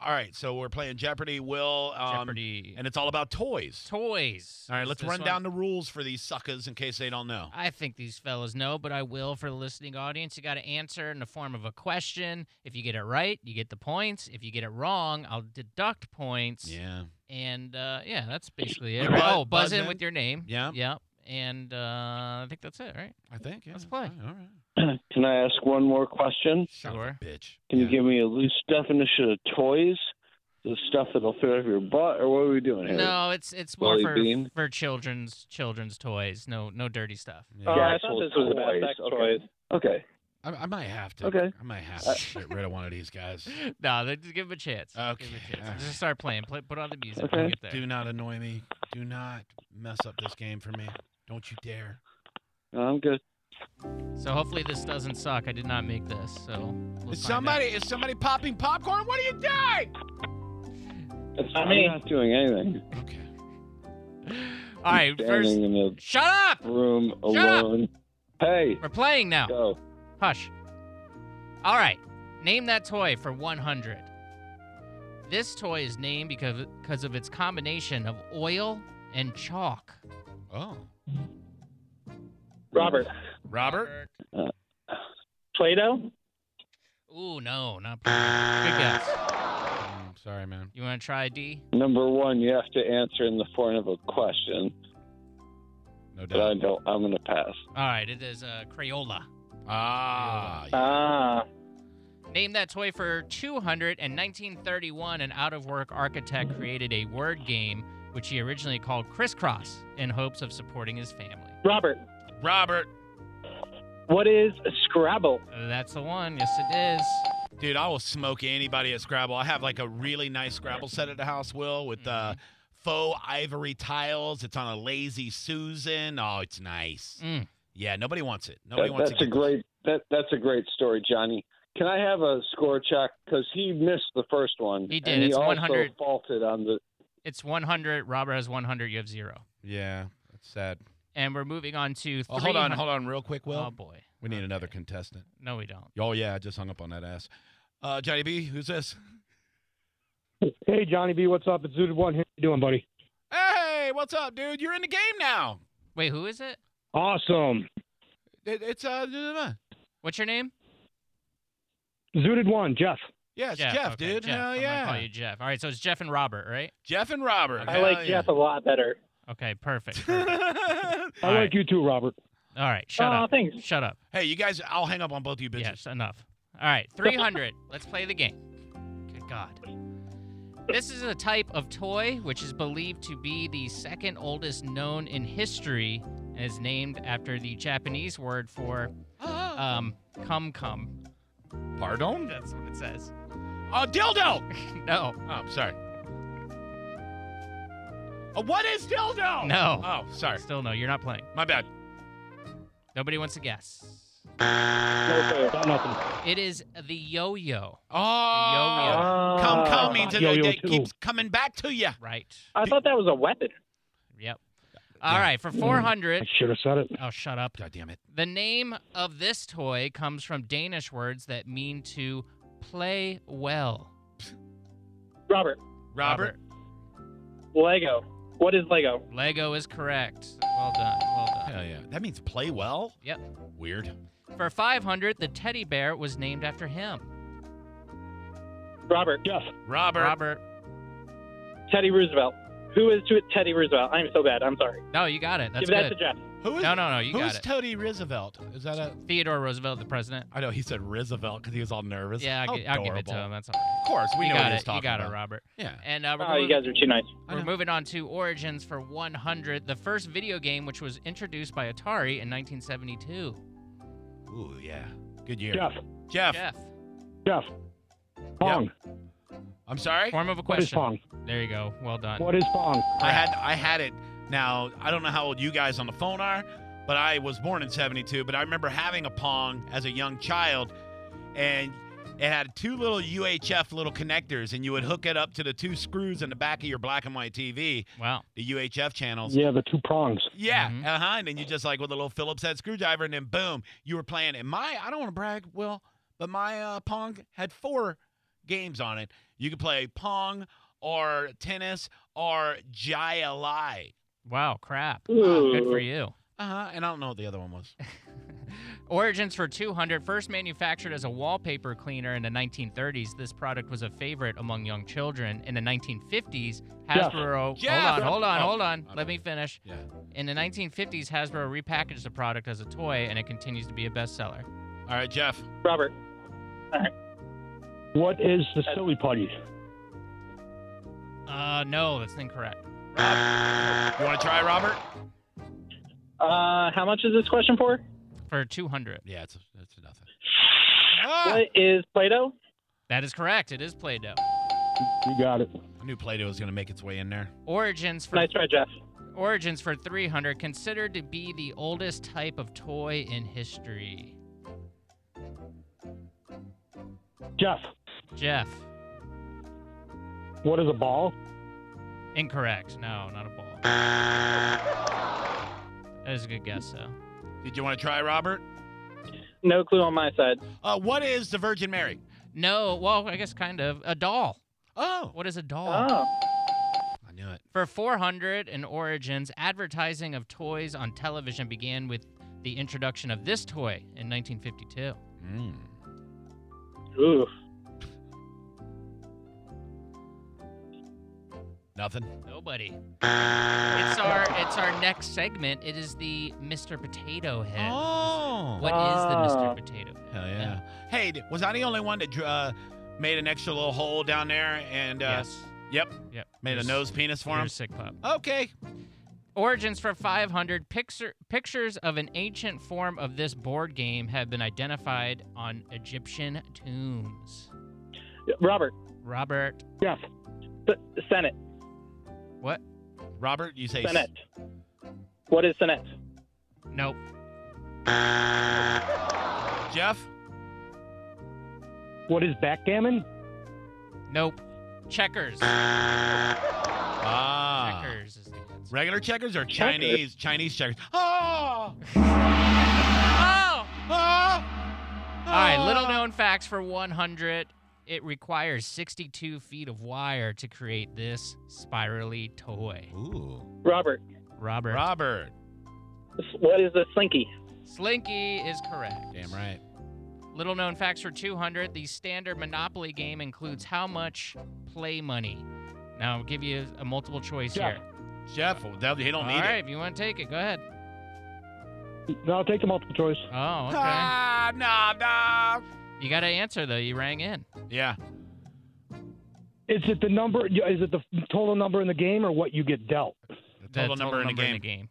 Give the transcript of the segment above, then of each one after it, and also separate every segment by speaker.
Speaker 1: all right, so we're playing Jeopardy, Will. Um,
Speaker 2: Jeopardy.
Speaker 1: And it's all about toys.
Speaker 2: Toys.
Speaker 1: All right,
Speaker 2: is
Speaker 1: let's
Speaker 2: this
Speaker 1: run
Speaker 2: one.
Speaker 1: down the rules for these suckers in case they don't know.
Speaker 2: I think these fellas know, but I will for the listening audience. You got to answer in the form of a question. If you get it right, you get the points. If you get it wrong, I'll deduct points.
Speaker 1: Yeah.
Speaker 2: And uh, yeah, that's basically it.
Speaker 1: Buzz-
Speaker 2: oh, buzz,
Speaker 1: buzz
Speaker 2: in
Speaker 1: in.
Speaker 2: with your name.
Speaker 1: Yeah.
Speaker 2: Yep. And uh, I think that's it, right?
Speaker 1: I think. Yeah.
Speaker 2: Let's play.
Speaker 1: All right. all right.
Speaker 3: Can I ask one more question?
Speaker 1: Son of a
Speaker 2: Sure.
Speaker 1: bitch.
Speaker 3: Can
Speaker 1: Yeah.
Speaker 3: you give me a loose definition of toys? The stuff that'll fit up your butt, or what are we doing here? Uh,
Speaker 2: No, it's it's more
Speaker 3: Jelly
Speaker 2: for
Speaker 3: bean.
Speaker 2: for children's children's toys. No no dirty stuff.
Speaker 1: Yeah.
Speaker 4: Oh,
Speaker 3: Yeah,
Speaker 4: I thought this was about
Speaker 3: toys.
Speaker 4: sex
Speaker 3: Okay.
Speaker 4: toys.
Speaker 3: Okay.
Speaker 1: I, I might have to.
Speaker 3: Okay. Uh,
Speaker 1: I might have to get rid of one of these guys.
Speaker 2: no, they- just give them a chance. Give 'em
Speaker 1: Okay,
Speaker 2: a chance.
Speaker 1: alright.
Speaker 2: Just start playing. Play, put on the music.
Speaker 3: Okay.
Speaker 2: We'll get there.
Speaker 1: Do not annoy me. Do not mess up this game for me. Don't you dare.
Speaker 3: No, I'm good.
Speaker 2: So hopefully this doesn't suck. I did not make this. So we'll
Speaker 1: is
Speaker 2: find
Speaker 1: somebody is somebody popping popcorn? What are you doing?
Speaker 3: It's,
Speaker 4: I
Speaker 3: I'm
Speaker 4: mean-
Speaker 3: not doing anything.
Speaker 1: Okay.
Speaker 2: Out. All right, first,
Speaker 3: Standing in the
Speaker 2: shut up.
Speaker 3: room
Speaker 2: Shut up!
Speaker 3: alone. Hey,
Speaker 2: We're playing now.
Speaker 3: go.
Speaker 2: Hush. All right. Name that toy for 100. This toy is named because because of its combination of oil and chalk.
Speaker 1: Oh.
Speaker 4: Robert,
Speaker 1: Robert?
Speaker 4: Play-Doh.
Speaker 2: Ooh, no, not. Good guess.
Speaker 1: Mm, sorry, man.
Speaker 2: You want to try D?
Speaker 3: Number one, you have to answer in the form of a question,
Speaker 1: No
Speaker 3: but I
Speaker 1: doubt.
Speaker 3: don't. I'm gonna pass.
Speaker 2: All right, it is uh, Crayola.
Speaker 1: Ah. yeah.
Speaker 4: Ah,
Speaker 2: Name that toy for 200. In 1931, an out of work architect created a word game, which he originally called Crisscross, in hopes of supporting his family.
Speaker 4: Robert.
Speaker 1: Robert.
Speaker 4: What is Scrabble?
Speaker 2: That's the one. Yes, it is.
Speaker 1: Dude, I will smoke anybody at Scrabble. I have like a really nice Scrabble set at the house, Will, with uh, faux ivory tiles. It's on a lazy Susan. Oh, it's nice.
Speaker 2: Mm.
Speaker 1: Yeah, nobody wants it. Nobody
Speaker 3: That-
Speaker 1: wants
Speaker 3: that's
Speaker 1: to
Speaker 3: a
Speaker 1: get
Speaker 3: great. That that's a great story, Johnny. Can I have a score check? Because he missed the first one.
Speaker 2: He did.
Speaker 3: And
Speaker 2: It's
Speaker 3: he
Speaker 2: 100.
Speaker 3: also faulted on the.
Speaker 2: It's 100. Robert has 100. You have zero.
Speaker 1: Yeah, that's sad.
Speaker 2: And we're moving on to.
Speaker 1: Oh, hold on,
Speaker 2: 300
Speaker 1: hold on, real quick, Will.
Speaker 2: oh, boy.
Speaker 1: we need another
Speaker 2: okay.
Speaker 1: contestant.
Speaker 2: No, we don't.
Speaker 1: Oh yeah, I just hung up on that ass. Uh, Johnny B, who's this?
Speaker 5: Hey, Johnny B, what's up? It's Zooted One. How you doing, buddy?
Speaker 1: Hey, what's up, dude? You're in the game now.
Speaker 2: Wait, who is it?
Speaker 5: Awesome.
Speaker 1: It, it's uh,
Speaker 2: What's your name?
Speaker 5: Zooted One, Jeff.
Speaker 1: yeah, it's Jeff,
Speaker 2: okay,
Speaker 1: dude.
Speaker 2: Jeff.
Speaker 1: Hell
Speaker 2: I'm gonna
Speaker 1: yeah,
Speaker 2: call you Jeff. All right, so it's Jeff and Robert, right?
Speaker 1: Jeff and Robert.
Speaker 4: I like
Speaker 1: Hell yeah.
Speaker 4: Jeff a lot better.
Speaker 2: Okay, perfect. perfect.
Speaker 5: I
Speaker 2: All
Speaker 5: like
Speaker 2: right.
Speaker 5: you too, Robert.
Speaker 2: All right, shut
Speaker 4: Aw,
Speaker 2: up.
Speaker 4: thanks.
Speaker 5: Uh,
Speaker 2: Shut up.
Speaker 1: hey, you guys, I'll hang up on both of you bitches.
Speaker 2: Yes, enough. All right, 300. Let's play the game. Good God. This is a type of toy which is believed to be the second oldest known in history and is named after the Japanese word for um, cum cum.
Speaker 1: Pardon?
Speaker 2: That's what it says.
Speaker 1: A dildo.
Speaker 2: No,
Speaker 1: Oh, sorry. Uh, what is dildo?
Speaker 2: No.
Speaker 1: Oh, sorry.
Speaker 2: still no, you're not playing.
Speaker 1: My bad.
Speaker 2: Nobody wants to guess.
Speaker 4: No
Speaker 5: Got nothing.
Speaker 2: It is the yo yo,
Speaker 1: Oh.
Speaker 2: Yo-yo.
Speaker 1: Come, come means it,
Speaker 5: Yo,
Speaker 1: it,
Speaker 5: yo,
Speaker 1: it
Speaker 5: too.
Speaker 1: keeps coming back to you.
Speaker 2: right?
Speaker 4: I thought that was a weapon.
Speaker 2: Yep. All
Speaker 1: Yeah.
Speaker 2: right, for 400.
Speaker 5: I should have said it.
Speaker 2: Oh, shut up.
Speaker 1: God damn it.
Speaker 2: The name of this toy comes from Danish words that mean to play well.
Speaker 4: Robert,
Speaker 1: Robert.
Speaker 4: Lego. What is Lego?
Speaker 2: Robert. Lego is correct. Well done. Well done.
Speaker 1: Hell yeah. That means play well?
Speaker 2: Yep.
Speaker 1: Weird.
Speaker 2: For 500, the teddy bear was named after him.
Speaker 4: Robert,
Speaker 5: Jeff.
Speaker 1: Robert.
Speaker 2: Robert.
Speaker 4: Teddy Roosevelt. Who is to Teddy Roosevelt? I'm so bad. I'm sorry.
Speaker 2: No, you got it. That's
Speaker 4: Give that
Speaker 2: good.
Speaker 4: to Jeff.
Speaker 1: Who is
Speaker 2: No, no, no. You
Speaker 1: Who's
Speaker 2: got it.
Speaker 1: Teddy Roosevelt? Is that a
Speaker 2: Theodore Roosevelt, the president.
Speaker 1: I know he said Roosevelt because he was all nervous.
Speaker 2: Yeah,
Speaker 1: How
Speaker 2: I'll, gi- I'll give it to
Speaker 1: adorable.
Speaker 2: him. That's all right.
Speaker 1: Of course, we
Speaker 2: you
Speaker 1: know
Speaker 2: got
Speaker 1: what
Speaker 2: it.
Speaker 1: he's talking
Speaker 2: you got
Speaker 1: about.
Speaker 2: it, Robert.
Speaker 1: Yeah. Uh-huh.
Speaker 2: And uh, we're,
Speaker 4: Oh,
Speaker 2: moving,
Speaker 4: you guys are too nice.
Speaker 1: I
Speaker 2: we're
Speaker 1: know.
Speaker 2: moving on to Origins for 100, the first video game which was introduced by Atari in 1972.
Speaker 1: Ooh, yeah. Good year.
Speaker 5: Jeff.
Speaker 1: Jeff.
Speaker 2: Jeff,
Speaker 5: Jeff. Pong.
Speaker 1: I'm sorry.
Speaker 2: form of a
Speaker 5: What is
Speaker 2: question.
Speaker 5: Pong?
Speaker 2: There you go. Well done.
Speaker 5: What is Pong?
Speaker 1: I had I had it. Now I don't know how old you guys on the phone are, but I was born in '72. But I remember having a Pong as a young child, and it had two little UHF little connectors, and you would hook it up to the two screws in the back of your black and white TV,
Speaker 2: Wow.
Speaker 1: the UHF channels.
Speaker 5: Yeah, the two prongs.
Speaker 1: Yeah,
Speaker 2: Mhm.
Speaker 1: uh-huh. And then you just like with a little Phillips head screwdriver, and then boom, you were playing. And my, I don't want to brag, Will, but my uh, Pong had four games on it. You can play Pong or tennis or Jai Alai.
Speaker 2: Wow, crap. Wow, good for you.
Speaker 1: Uh huh. And I don't know what the other one was.
Speaker 2: Origins for 200, first manufactured as a wallpaper cleaner in the 1930s. This product was a favorite among young children. In the 1950s,
Speaker 5: Jeff.
Speaker 2: Hasbro.
Speaker 1: Jeff.
Speaker 2: Hold on, hold on,
Speaker 1: Oh,
Speaker 2: hold on.
Speaker 1: my
Speaker 2: Let
Speaker 1: bad.
Speaker 2: me finish.
Speaker 1: Yeah.
Speaker 2: In the 1950s, Hasbro repackaged the product as a toy, and it continues to be a bestseller.
Speaker 1: All right, Jeff.
Speaker 4: Robert,
Speaker 5: What is the silly putty?
Speaker 2: Uh, no, that's incorrect.
Speaker 1: You want to try, Robert?
Speaker 4: uh, how much is this question for?
Speaker 2: For 200.
Speaker 1: Yeah, it's it's nothing. Ah,
Speaker 4: What is Play-Doh?
Speaker 2: That is correct. It is Play Doh.
Speaker 5: You got it.
Speaker 1: I knew Play-Doh was gonna make its way in there.
Speaker 2: Origins for
Speaker 4: Nice try, Jeff.
Speaker 2: Origins for 300, considered to be the oldest type of toy in history.
Speaker 5: Jeff,
Speaker 2: Jeff,
Speaker 5: what is a ball?
Speaker 2: incorrect. No, not a ball. That is a good guess, though.
Speaker 1: Did you want to try, Robert?
Speaker 4: No clue on my side.
Speaker 1: Uh, what is the Virgin Mary?
Speaker 2: No, well, I guess kind of. A doll.
Speaker 1: Oh,
Speaker 2: What is a doll?
Speaker 4: Oh,
Speaker 1: I knew it.
Speaker 2: For 400 in Origins, advertising of toys on television began with the introduction of this toy in 1952.
Speaker 1: Mm.
Speaker 4: ooh.
Speaker 1: Nothing.
Speaker 2: Nobody. It's our it's our next segment. It is the Mr. Potato Head.
Speaker 1: Oh,
Speaker 2: What is the
Speaker 4: Ah.
Speaker 2: Mr. Potato Head?
Speaker 1: hell yeah. Hey, d- was I the only one that dr- uh, made an extra little hole down there and uh,
Speaker 2: yes.
Speaker 1: yep,
Speaker 2: Yep.
Speaker 1: made a
Speaker 2: You're s-
Speaker 1: nose penis for
Speaker 2: you're
Speaker 1: him?
Speaker 2: a sick pup.
Speaker 1: Okay.
Speaker 2: Origins for 500 picture, pictures of an ancient form of this board game have been identified on Egyptian tombs.
Speaker 4: Robert,
Speaker 2: Robert,
Speaker 5: Jeff,
Speaker 4: S- Senate,
Speaker 2: what?
Speaker 1: Robert, you say s-
Speaker 4: Senate. What is Senate?
Speaker 2: Nope.
Speaker 1: Jeff?
Speaker 5: what is backgammon?
Speaker 2: Nope. Checkers.
Speaker 1: Ah.
Speaker 2: Checkers is the answer.
Speaker 1: Regular checkers or Chinese Chinese checkers? Oh!
Speaker 2: Oh!
Speaker 1: oh! All Ah!
Speaker 2: All right, little known facts for 100. It requires 62 feet of wire to create this spirally toy.
Speaker 1: Ooh.
Speaker 4: Robert,
Speaker 2: Robert.
Speaker 1: Robert.
Speaker 4: s- what is the Slinky?
Speaker 2: Slinky is correct.
Speaker 1: Damn right.
Speaker 2: Little known facts for 200. The standard Monopoly game includes how much play money? Now, I'll give you a multiple choice
Speaker 5: Jeff.
Speaker 2: here.
Speaker 1: Jeff, well, that- he don't need
Speaker 2: All right,
Speaker 1: it.
Speaker 2: if you want to take it, go ahead.
Speaker 5: No, I'll take the multiple choice.
Speaker 2: Oh, okay.
Speaker 1: Ah, nah, nah.
Speaker 2: you got to answer, though. You rang in.
Speaker 1: Yeah.
Speaker 5: Is it the number? Is it the total number in the game or what you get dealt?
Speaker 1: The total
Speaker 2: the
Speaker 1: number in the game.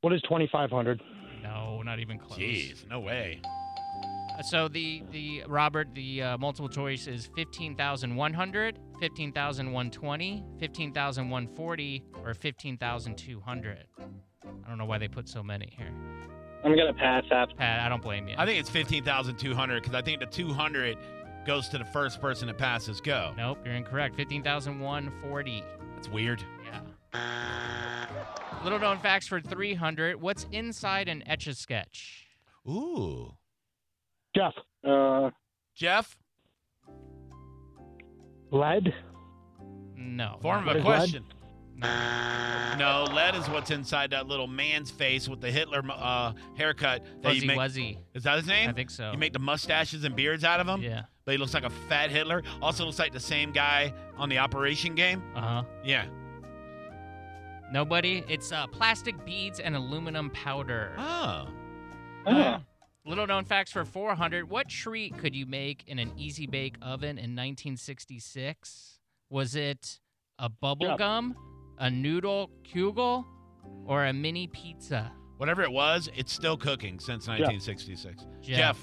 Speaker 5: What is 2,500?
Speaker 2: No, not even close.
Speaker 1: Jeez, no way.
Speaker 2: Uh, So the the Robert the uh, multiple choice is 15,100, 15,120, 15,140 or 15,200. I don't know why they put so many here.
Speaker 4: I'm going to pass that.
Speaker 2: Pat, I don't blame you.
Speaker 1: I think it's 15,200 because I think the 200 goes to the first person that passes go.
Speaker 2: Nope, you're incorrect. 15,140.
Speaker 1: That's weird.
Speaker 2: Yeah. Little known facts for 300. What's inside an etch a sketch?
Speaker 1: Ooh.
Speaker 5: Jeff,
Speaker 4: Uh,
Speaker 1: Jeff,
Speaker 5: lead?
Speaker 2: No.
Speaker 1: form of
Speaker 5: What
Speaker 1: a
Speaker 5: is lead?
Speaker 1: question.
Speaker 2: No.
Speaker 1: No, lead is what's inside that little man's face with the Hitler uh, haircut. That you
Speaker 2: Fuzzy
Speaker 1: make.
Speaker 2: Wuzzy.
Speaker 1: Is that his name?
Speaker 2: I think so.
Speaker 1: You make the mustaches and beards out of him,
Speaker 2: yeah.
Speaker 1: but he looks like a fat Hitler. Also looks like the same guy on the Operation game.
Speaker 2: Uh huh.
Speaker 1: Yeah.
Speaker 2: Nobody. It's uh, plastic beads and aluminum powder.
Speaker 1: Oh.
Speaker 4: oh,
Speaker 2: Little known facts for 400. What treat could you make in an easy bake oven in 1966? Was it a bubble
Speaker 5: Yeah.
Speaker 2: gum, a noodle kugel, or a mini pizza?
Speaker 1: Whatever it was, it's still cooking since 1966. Jeff.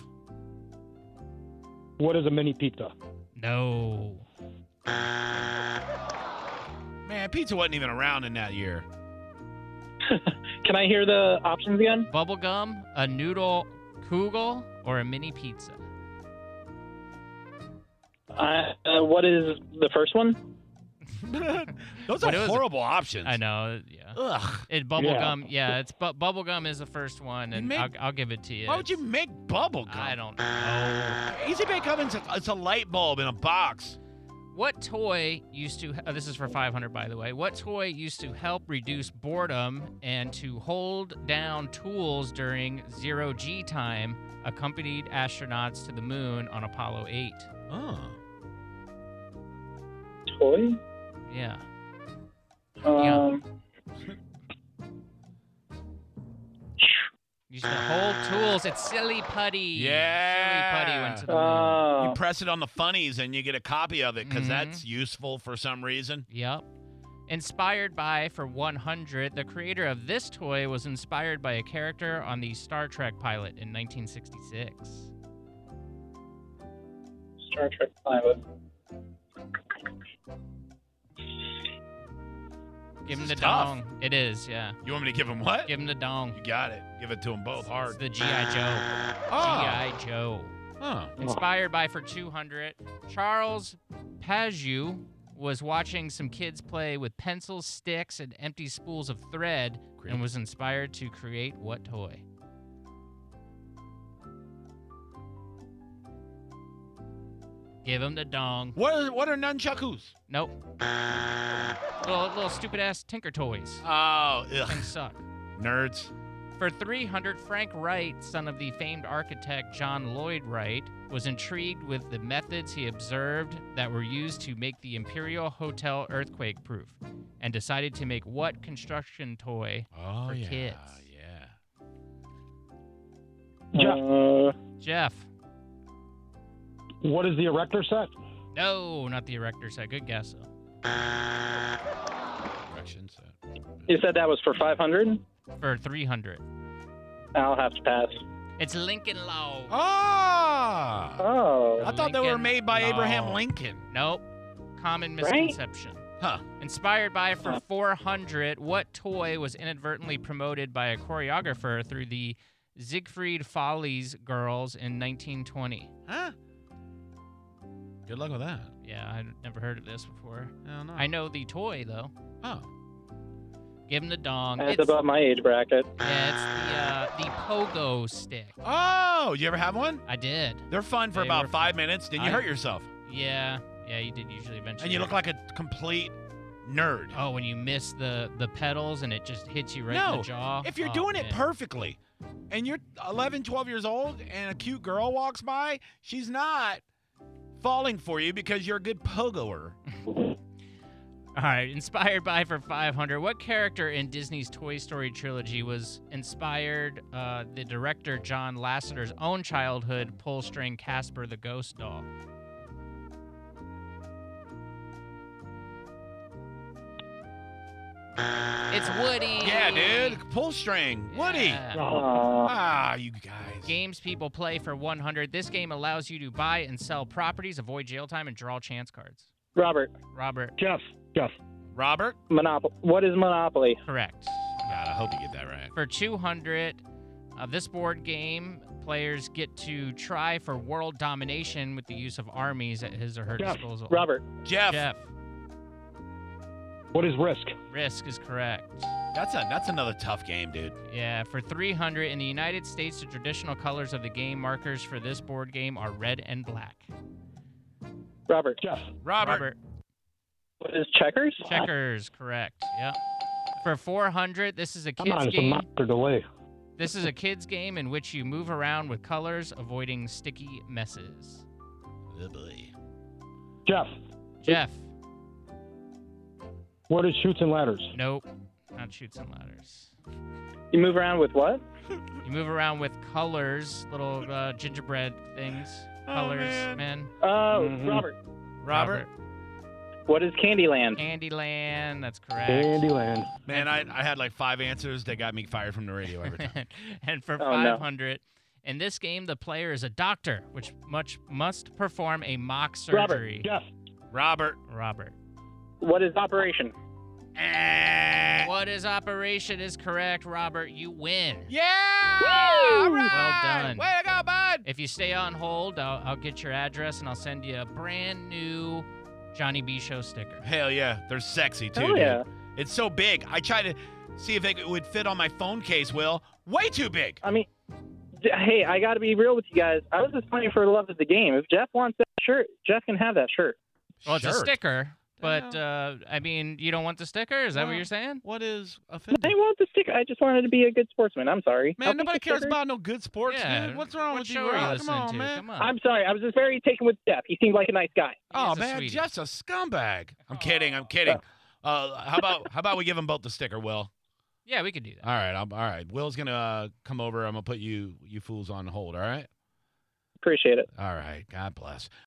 Speaker 5: What is a mini pizza?
Speaker 2: No.
Speaker 1: man, pizza wasn't even around in that year.
Speaker 4: can I hear the options again?
Speaker 2: Bubble gum, a noodle kugel, or a mini pizza?
Speaker 4: Uh, uh, what is the first one?
Speaker 1: Those
Speaker 2: But
Speaker 1: are
Speaker 2: it was-
Speaker 1: horrible options.
Speaker 2: I know. Yeah.
Speaker 1: Ugh.
Speaker 2: It bubble
Speaker 5: Yeah.
Speaker 2: gum. Yeah, it's bu- bubble gum is the first one,
Speaker 1: You
Speaker 2: and
Speaker 1: made-
Speaker 2: I'll, I'll give it to you.
Speaker 1: Why would you
Speaker 2: It's-
Speaker 1: make bubble gum?
Speaker 2: I don't know.
Speaker 1: Easy Bake Oven's a, it's a light bulb in a box.
Speaker 2: What toy used to? Oh, this is for 500, by the way. What toy used to help reduce boredom and to hold down tools during zero G time? Accompanied astronauts to the moon on Apollo 8.
Speaker 1: Oh.
Speaker 4: Toy?
Speaker 2: Yeah.
Speaker 4: Um,
Speaker 2: Used to hold tools. It's silly putty. Silly putty went to the moon.
Speaker 1: You
Speaker 4: uh,
Speaker 1: press it on the funnies and you get a copy of it because
Speaker 2: Mhm.
Speaker 1: that's useful for some reason.
Speaker 2: Yep. Inspired by for 100, the creator of this toy was inspired by a character on the Star Trek pilot in 1966.
Speaker 4: Star Trek pilot.
Speaker 2: Give him
Speaker 1: is
Speaker 2: the
Speaker 1: tough.
Speaker 2: dong. It is, yeah.
Speaker 1: You want me to give him what?
Speaker 2: Give him the dong.
Speaker 1: You got it. Give it to them both
Speaker 2: It's
Speaker 1: hard.
Speaker 2: the GI Joe.
Speaker 1: Oh.
Speaker 2: GI Joe.
Speaker 1: Oh.
Speaker 2: Inspired by for 200, Charles Pajou was watching some kids play with pencils, sticks, and empty spools of thread,
Speaker 1: Creep.
Speaker 2: and was inspired to create what toy? Give him the dong.
Speaker 1: What are, what are nunchakus?
Speaker 2: Nope. little little stupid ass Tinker toys.
Speaker 1: Oh, ugh.
Speaker 2: Things suck.
Speaker 1: nerds.
Speaker 2: For 300, Frank Wright, son of the famed architect John Lloyd Wright, was intrigued with the methods he observed that were used to make the Imperial Hotel earthquake proof and decided to make what construction toy?
Speaker 1: Oh
Speaker 2: For
Speaker 1: yeah,
Speaker 2: kids.
Speaker 1: yeah.
Speaker 5: Jeff,
Speaker 4: Uh,
Speaker 2: Jeff.
Speaker 5: what is the erector set?
Speaker 2: No, not the erector set. Good guess, though.
Speaker 1: Directions. uh,
Speaker 4: you said that was for 500?
Speaker 2: For 300.
Speaker 4: I'll have to pass.
Speaker 2: It's Lincoln Law.
Speaker 1: Ah,
Speaker 4: Oh.
Speaker 1: I thought they were
Speaker 2: Lincoln
Speaker 1: made by Abraham
Speaker 2: Law.
Speaker 1: Lincoln.
Speaker 2: Nope. Common
Speaker 4: Right?
Speaker 2: misconception.
Speaker 1: Huh.
Speaker 2: Inspired by for 400, what toy was inadvertently promoted by a choreographer through the Siegfried Follies girls in 1920?
Speaker 1: Huh? Good luck with that.
Speaker 2: Yeah, I'd never heard of this before.
Speaker 1: I don't know.
Speaker 2: I know the toy, though.
Speaker 1: Oh.
Speaker 2: Give him the dong.
Speaker 4: That's
Speaker 2: it's,
Speaker 4: about my age bracket.
Speaker 2: yeah, it's the, uh, the pogo stick.
Speaker 1: Oh, you ever have one?
Speaker 2: I did.
Speaker 1: They're fun for
Speaker 2: They
Speaker 1: about
Speaker 2: were
Speaker 1: five minutes. Then you
Speaker 2: I-
Speaker 1: hurt yourself,
Speaker 2: Yeah, yeah, you did usually eventually.
Speaker 1: and you look like a complete nerd.
Speaker 2: Oh, when you miss the the pedals and it just hits you right in
Speaker 1: No,
Speaker 2: the jaw.
Speaker 1: If you're
Speaker 2: Oh,
Speaker 1: doing it
Speaker 2: man.
Speaker 1: perfectly, and you're 11, 12 years old, and a cute girl walks by, she's not falling for you because you're a good pogoer.
Speaker 2: All right, inspired by for 500. What character in Disney's Toy Story trilogy was inspired uh, the director John Lasseter's own childhood pull string Casper the Ghost Doll? It's Woody.
Speaker 1: Yeah, dude. Pull string. Woody.
Speaker 2: Yeah.
Speaker 5: Oh.
Speaker 4: Uh,
Speaker 1: Ah, you guys.
Speaker 2: Games people play for 100. This game allows you to buy and sell properties, avoid jail time, and draw chance cards.
Speaker 4: Robert,
Speaker 2: Robert,
Speaker 5: Jeff, Jeff.
Speaker 1: Robert?
Speaker 4: Monopoly. What is Monopoly?
Speaker 2: correct.
Speaker 1: God, I hope you get that right.
Speaker 2: For 200 of this board game, players get to try for world domination with the use of armies at his or her
Speaker 5: Jeff.
Speaker 2: disposal.
Speaker 4: Robert,
Speaker 1: Jeff,
Speaker 2: Jeff.
Speaker 5: What is risk?
Speaker 2: Risk is correct.
Speaker 1: that's a that's another tough game, dude.
Speaker 2: Yeah, for 300 in the United States, the traditional colors of the game markers for this board game are red and black.
Speaker 4: Robert.
Speaker 5: Jeff.
Speaker 1: Robert,
Speaker 4: What is checkers?
Speaker 2: Checkers, correct. Yep. For 400, this is a
Speaker 5: Come
Speaker 2: kids
Speaker 5: on, it's a
Speaker 2: game.
Speaker 5: monster delay.
Speaker 2: This is a kids game in which you move around with colors, avoiding sticky messes.
Speaker 1: Oh, boy.
Speaker 5: Jeff,
Speaker 2: Jeff.
Speaker 5: what is shoots and ladders?
Speaker 2: Nope. Not shoots and ladders.
Speaker 4: You move around with what?
Speaker 2: You move around with colors, little uh, gingerbread things.
Speaker 1: Oh,
Speaker 2: Colors,
Speaker 1: man.
Speaker 4: Oh,
Speaker 5: Mhm.
Speaker 1: Mm-hmm.
Speaker 4: Robert.
Speaker 1: Robert,
Speaker 4: What is Candyland?
Speaker 2: Candyland, that's correct.
Speaker 5: Candyland.
Speaker 1: man, I, I had like five answers that got me fired from the radio every time.
Speaker 2: and
Speaker 1: Oh,
Speaker 2: for
Speaker 4: no.
Speaker 2: 500, in this game, the player is a doctor, which much must perform a mock
Speaker 4: Robert,
Speaker 2: surgery.
Speaker 5: Jeff,
Speaker 1: Robert,
Speaker 2: Robert.
Speaker 4: What is Operation?
Speaker 1: eh.
Speaker 2: What is operation is correct, Robert. You win.
Speaker 1: yeah,
Speaker 2: Woo!
Speaker 1: All
Speaker 2: Well
Speaker 1: right!
Speaker 2: done.
Speaker 1: Way to go, bud.
Speaker 2: If you stay on hold, I'll, I'll get your address and I'll send you a brand new Johnny B Show sticker.
Speaker 1: Hell yeah, they're sexy too.
Speaker 4: Hell
Speaker 1: dude.
Speaker 4: yeah.
Speaker 1: It's so big. I try to see if it would fit on my phone case. Will way too big.
Speaker 4: I mean, d- hey, I got to be real with you guys. I was just playing for the love of the game. If Jeff wants that shirt, Jeff can have that shirt.
Speaker 2: Well, it's a
Speaker 1: Shirt.
Speaker 2: sticker, but uh, I mean, you don't want the sticker? Is that what
Speaker 1: No.
Speaker 2: you're saying?
Speaker 1: What is
Speaker 4: I
Speaker 1: offended?
Speaker 4: want the sticker. I just wanted to be a good sportsman. I'm sorry. I'll
Speaker 1: Man,
Speaker 4: take
Speaker 1: nobody
Speaker 4: the
Speaker 1: cares
Speaker 4: sticker.
Speaker 1: about no good sports,
Speaker 2: yeah.
Speaker 1: dude. What's wrong
Speaker 2: what
Speaker 1: with
Speaker 2: show
Speaker 1: you?
Speaker 2: Are you
Speaker 1: Rob?
Speaker 2: listening
Speaker 1: Come on,
Speaker 2: to?
Speaker 1: man.
Speaker 2: Come on.
Speaker 4: I'm sorry. I was just very taken with Jeff. He seemed like a nice guy.
Speaker 1: Oh
Speaker 2: He's a
Speaker 1: man,
Speaker 2: sweetie.
Speaker 1: Jeff's a scumbag. I'm kidding. I'm kidding. Uh, how about how about we give them both the sticker, Will?
Speaker 2: Yeah, we could do that.
Speaker 1: All right, I'm, all right. Will's gonna uh, come over. I'm gonna put you you fools on hold. All right.
Speaker 4: Appreciate it.
Speaker 1: All right. God bless.